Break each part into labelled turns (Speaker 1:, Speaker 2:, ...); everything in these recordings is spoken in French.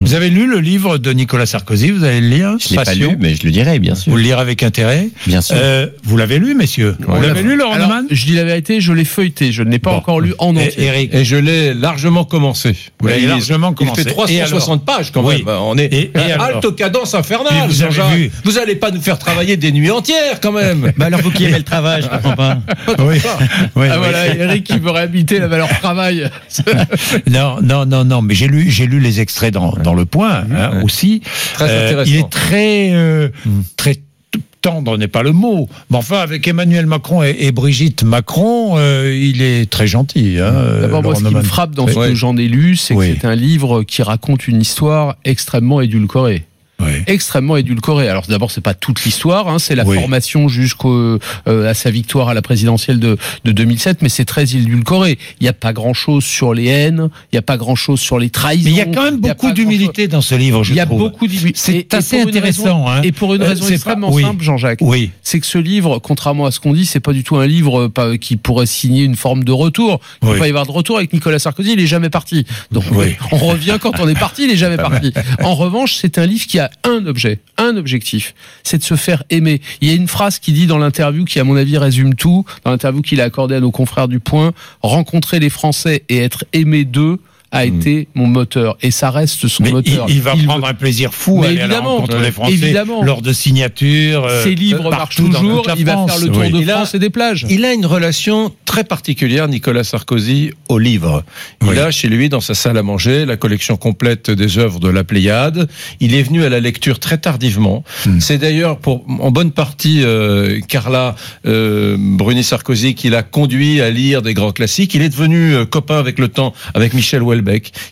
Speaker 1: Vous avez lu le livre de Nicolas Sarkozy, vous allez le lire
Speaker 2: Je l'ai pas lu, mais je le dirai, bien sûr.
Speaker 1: Vous le lirez avec intérêt.
Speaker 2: Bien sûr.
Speaker 1: Euh, vous l'avez lu, messieurs Vous
Speaker 3: Ouais.
Speaker 1: l'avez lu, Laurent
Speaker 3: Alors,
Speaker 1: Neumann
Speaker 3: Je dis la vérité, je l'ai feuilleté, je ne l'ai pas
Speaker 1: Bon.
Speaker 3: encore lu en
Speaker 1: Et-
Speaker 3: entier.
Speaker 1: Eric,
Speaker 4: Et je l'ai largement commencé.
Speaker 1: Vous l'avez
Speaker 4: Il est-
Speaker 1: largement commencé.
Speaker 4: Il fait
Speaker 1: Et alors
Speaker 4: 360 pages quand
Speaker 1: Oui.
Speaker 4: même. On est
Speaker 1: Et- et alors
Speaker 4: halte aux cadences
Speaker 1: Mais
Speaker 4: infernales.
Speaker 1: vous avez
Speaker 4: Jean-Jacques.
Speaker 3: hein.
Speaker 1: vu.
Speaker 4: vous allez pas nous faire travailler des nuits entières quand même.
Speaker 2: Bah alors vous qui aimez le travail, je comprends pas.
Speaker 1: oui. Oui,
Speaker 3: Ah
Speaker 1: oui.
Speaker 3: voilà, Eric qui veut réhabiliter la valeur
Speaker 1: Euh,
Speaker 3: travail.
Speaker 1: Non, non, non, non. Mais j'ai lu, j'ai lu les extraits dans, dans le Point
Speaker 3: Mhm.
Speaker 1: hein, aussi.
Speaker 4: Très
Speaker 1: Euh,
Speaker 4: intéressant.
Speaker 1: il est très, euh,
Speaker 3: Mhm.
Speaker 1: très t- tendre n'est pas le mot, mais enfin avec Emmanuel Macron et, et Brigitte Macron, euh, il est très gentil. Hein,
Speaker 3: Mhm. D'abord, moi,
Speaker 1: Laurent
Speaker 3: ce qui me
Speaker 1: Neumann.
Speaker 3: frappe dans ce
Speaker 1: Oui.
Speaker 3: que j'en ai lu, c'est que
Speaker 1: Oui.
Speaker 3: c'est un livre qui raconte une histoire extrêmement édulcorée.
Speaker 1: Oui.
Speaker 3: Extrêmement édulcorée. Alors d'abord, c'est pas toute l'histoire, hein, c'est la
Speaker 1: Oui.
Speaker 3: formation jusqu'au euh, à sa victoire à la présidentielle de, de 2007, mais c'est très édulcoré. Il n'y a pas grand chose sur les haines, il n'y a pas grand chose sur les trahisons.
Speaker 1: Mais il y a quand même
Speaker 3: pas
Speaker 1: beaucoup
Speaker 3: grand-chose-
Speaker 1: d'humilité dans ce livre, je
Speaker 3: Il y a
Speaker 1: trouve.
Speaker 3: beaucoup d'humilité. Et- et
Speaker 1: C'est
Speaker 3: pour
Speaker 1: assez
Speaker 3: une raison-
Speaker 1: intéressant. hein.
Speaker 3: Et pour une
Speaker 1: Euh,
Speaker 3: raison
Speaker 1: c'est pas-
Speaker 3: extrêmement
Speaker 1: oui.
Speaker 3: simple, Jean-Jacques
Speaker 1: Oui.
Speaker 3: c'est que ce livre, contrairement à ce qu'on dit, c'est pas du tout un livre euh, pas- qui pourrait signer une forme de retour. Il ne
Speaker 1: Oui.
Speaker 3: peut pas y avoir de retour avec Nicolas Sarkozy, il est jamais parti. Donc
Speaker 1: Oui.
Speaker 3: on revient quand on est parti, il est jamais parti. En revanche, c'est un livre qui a un objet, un objectif, c'est de se faire aimer. Il y a une phrase qui dit dans l'interview qui à mon avis résume tout, dans l'interview qu'il a accordée à nos confrères du Point, rencontrer les Français et être aimé d'eux a été mon moteur et ça reste son
Speaker 1: Hmm. Mais il,
Speaker 3: moteur.
Speaker 1: il va
Speaker 3: Il-
Speaker 1: prendre un plaisir fou
Speaker 3: Mais
Speaker 1: à aller à la
Speaker 3: évidemment,
Speaker 1: rencontre des Français
Speaker 3: évidemment.
Speaker 1: lors de signatures. euh,
Speaker 3: ses livres marchent
Speaker 1: partout dans
Speaker 3: toujours,
Speaker 1: toute la
Speaker 3: il va
Speaker 1: France.
Speaker 3: faire le tour
Speaker 1: Oui.
Speaker 3: de
Speaker 4: Et là-
Speaker 3: France et des plages.
Speaker 4: Il a une relation très particulière, Nicolas Sarkozy, au livre. Il
Speaker 1: Oui.
Speaker 4: a chez lui, dans sa salle à manger, la collection complète des œuvres de la Pléiade. Il est venu à la lecture très tardivement.
Speaker 2: Hmm.
Speaker 4: C'est d'ailleurs pour en bonne partie euh, Carla euh, Bruni Sarkozy qui l'a conduit à lire des grands classiques. Il est devenu euh, copain avec le temps, avec Michel Houellebecq,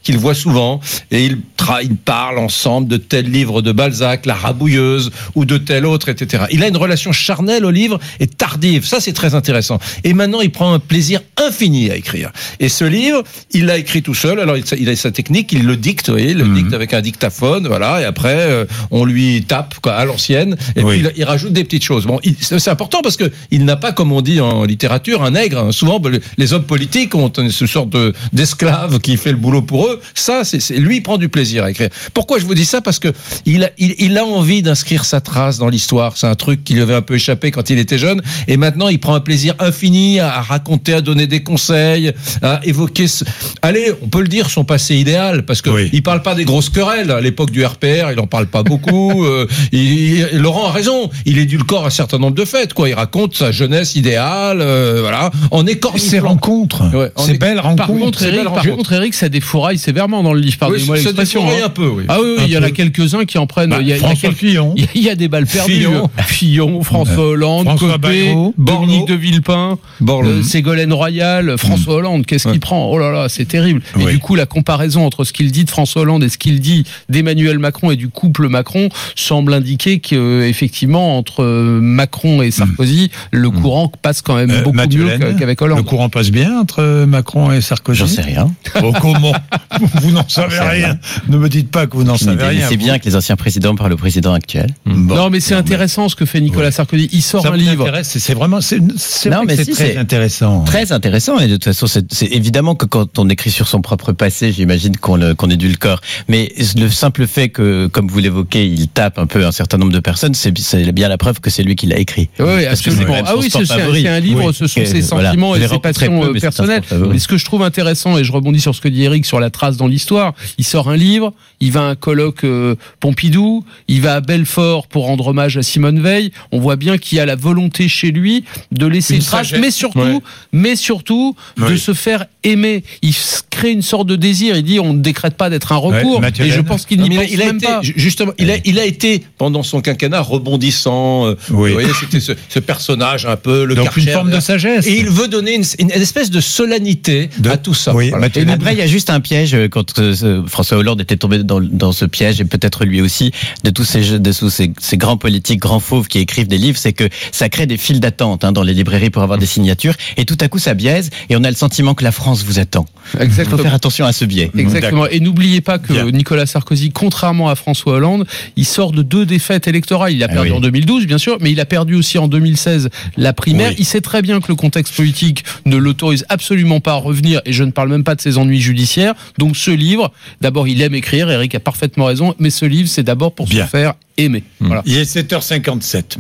Speaker 4: qu'il voit souvent, et ils tra- ils parlent ensemble de tel livre de Balzac, La Rabouilleuse, ou de tel autre, etc. Il a une relation charnelle au livre et tardive. Ça, c'est très intéressant. Et maintenant, il prend un plaisir infini à écrire. Et ce livre, il l'a écrit tout seul. Alors, il sa- il a sa technique, il le dicte, vous voyez, il le dicte avec un dictaphone, voilà. Et après, euh, on lui tape quoi, à l'ancienne. Et
Speaker 1: Oui.
Speaker 4: puis, il, il rajoute des petites choses. Bon, il- c'est c'est important parce que il n'a pas, comme on dit en littérature, un nègre. hein. Souvent, ben, le- les hommes politiques ont une ce sorte de- d'esclave qui fait le boulot pour eux. Ça, c'est c'est- lui il prend du plaisir à écrire. Pourquoi je vous dis ça Parce que il a, il, il a envie d'inscrire sa trace dans l'histoire. C'est un truc qui lui avait un peu échappé quand il était jeune. Et maintenant, il prend un plaisir infini à, à raconter, à donner des conseils, à évoquer. Ce... Allez, on peut le dire, son passé idéal, parce que
Speaker 1: Oui.
Speaker 4: il parle pas des grosses querelles. À l'époque du RPR, il en parle pas beaucoup. Euh, il- il- Laurent a raison. Il édulcore un certain nombre de faits. Quoi, il raconte sa jeunesse idéale, euh, voilà, en
Speaker 1: Ces
Speaker 4: écorniflant.
Speaker 1: rencontres,
Speaker 4: Ouais, on
Speaker 1: ces
Speaker 4: est-
Speaker 1: belles
Speaker 3: Par contre,
Speaker 1: rencontres.
Speaker 4: c'est
Speaker 3: Eric,
Speaker 4: belle
Speaker 3: par
Speaker 4: rencontre.
Speaker 3: contre, Eric, ça défouraille sévèrement dans le livre. Pardonnez-moi
Speaker 4: Oui, ça
Speaker 3: l'expression.
Speaker 4: défraye
Speaker 3: hein.
Speaker 4: un peu, oui.
Speaker 3: Ah oui, oui,
Speaker 1: Un
Speaker 3: il y en a
Speaker 1: peu.
Speaker 3: quelques-uns qui en prennent.
Speaker 1: Bah,
Speaker 3: il, y a, il y a
Speaker 1: François
Speaker 3: quelques-
Speaker 1: Fillon. Bah.
Speaker 3: il y a- il y a des balles perdues.
Speaker 4: Fillon.
Speaker 3: Fillon, François Hollande,
Speaker 1: François
Speaker 3: Copé,
Speaker 1: Bayrou,
Speaker 3: Dominique
Speaker 4: Borloo.
Speaker 3: de Villepin,
Speaker 4: Borloo.
Speaker 1: Mhm.
Speaker 3: euh, Ségolène Royal, François Hollande. Qu'est-ce qu'il prend Oh là là, c'est terrible. Et
Speaker 1: Oui.
Speaker 3: du coup, la comparaison entre ce qu'il dit de François Hollande et ce qu'il dit d'Emmanuel Macron et du couple Macron semble indiquer qu'effectivement, entre euh, Macron et Sarkozy, le courant passe quand même
Speaker 1: Mhm. Euh,
Speaker 3: beaucoup
Speaker 1: Mathieu
Speaker 3: mieux
Speaker 1: Laine,
Speaker 3: qu'a- qu'avec Hollande.
Speaker 1: Le courant passe bien entre euh, Macron et Sarkozy.
Speaker 2: J'en sais rien.
Speaker 1: Oh, comment Vous n'en savez
Speaker 2: J'en sais
Speaker 1: rien. Ne me dites pas que vous n'en
Speaker 2: Je n'ai-
Speaker 1: savez
Speaker 2: mais
Speaker 1: rien.
Speaker 2: C'est bien que les anciens présidents parlent au président actuel.
Speaker 1: Bon.
Speaker 3: non, mais c'est intéressant ce que fait Nicolas Sarkozy. Il sort
Speaker 1: Ça
Speaker 3: un
Speaker 1: vous
Speaker 3: livre.
Speaker 1: intéresse, C'est c'est vraiment, c'est c'est
Speaker 2: Non,
Speaker 1: vrai que
Speaker 2: mais
Speaker 1: c'est
Speaker 2: si,
Speaker 1: très
Speaker 2: c'est-
Speaker 1: intéressant.
Speaker 2: Très intéressant. Et de toute façon, c'est c'est évidemment que quand on écrit sur son propre passé, j'imagine qu'on le- qu'on édulcore. Mais le simple fait que, comme vous l'évoquez, il tape un peu un certain nombre de personnes, c'est c'est bien la preuve que c'est lui qui l'a écrit.
Speaker 3: Oui, Oui,
Speaker 2: Parce que c'est
Speaker 3: absolument.
Speaker 2: quand même
Speaker 3: Ah
Speaker 2: son
Speaker 3: oui,
Speaker 2: sport
Speaker 3: c'est c'est un,
Speaker 2: favori.
Speaker 3: c'est un livre,
Speaker 2: Oui.
Speaker 3: ce sont
Speaker 2: Et
Speaker 3: ses
Speaker 2: voilà.
Speaker 3: sentiments
Speaker 2: Je
Speaker 3: et
Speaker 2: les
Speaker 3: ses
Speaker 2: rencontre très
Speaker 3: passions
Speaker 2: peu,
Speaker 3: euh,
Speaker 2: mais c'est un sport
Speaker 3: personnelles.
Speaker 2: favori.
Speaker 3: Mais ce que je trouve intéressant, et je rebondis sur ce que dit Eric sur la trace dans l'histoire, il sort un livre, il va à un colloque euh, Pompidou, il va à Belfort pour rendre hommage à Simone Veil. On voit bien qu'il y a la volonté chez lui de laisser
Speaker 4: Une
Speaker 3: une trace,
Speaker 4: sagesse.
Speaker 3: mais surtout,
Speaker 4: Ouais.
Speaker 3: mais surtout de
Speaker 1: Oui.
Speaker 3: se faire aimer. Il s- crée une sorte de désir. Il dit, on ne décrète pas d'être un recours.
Speaker 1: Ouais, Mathieu
Speaker 3: et je
Speaker 1: Laine.
Speaker 3: pense qu'il
Speaker 4: Non,
Speaker 3: n'y
Speaker 4: mais
Speaker 3: pense
Speaker 4: il a- il a
Speaker 3: même
Speaker 4: été,
Speaker 3: pas.
Speaker 4: ju- Justement, il a, il a été pendant son quinquennat rebondissant. euh,
Speaker 1: Oui.
Speaker 4: Vous voyez, c'était ce, ce personnage un peu le
Speaker 1: Donc
Speaker 4: Karcher,
Speaker 1: une forme de
Speaker 4: d'ailleurs.
Speaker 1: sagesse.
Speaker 4: Et il veut donner une, une espèce de solennité
Speaker 1: De-
Speaker 4: à tout ça.
Speaker 1: Oui,
Speaker 4: Voilà.
Speaker 1: Mathieu
Speaker 2: Et
Speaker 1: Laine.
Speaker 2: après, il y a juste un piège euh, quand euh, ce- François Hollande était tombé dans, dans ce piège et peut-être lui aussi de tous ces jeux- de tous ces, ces grands politiques, grands fauves qui écrivent des livres, c'est que ça crée des files d'attente hein, dans les librairies pour avoir des signatures et tout à coup ça biaise et on a le sentiment que la France vous attend. Il faut
Speaker 3: Exactement.
Speaker 2: faire attention à ce biais.
Speaker 3: Exactement. Et n'oubliez pas que
Speaker 1: Mmh. Bien.
Speaker 3: Nicolas Sarkozy, contrairement à François Hollande, il sort de deux défaites électorales. Il a
Speaker 2: Ah
Speaker 3: perdu
Speaker 2: oui.
Speaker 3: en 2012, bien sûr, mais il a perdu aussi en 2016 la primaire.
Speaker 1: Oui.
Speaker 3: Il sait très bien que le contexte politique ne l'autorise absolument pas à revenir. Et je ne parle même pas de ses ennuis judiciaire. Donc ce livre, d'abord, il aime écrire, Eric a parfaitement raison, mais ce livre, c'est d'abord pour
Speaker 1: Bien. Mmh.
Speaker 3: se faire aimer. Voilà.
Speaker 1: Il est 7h57.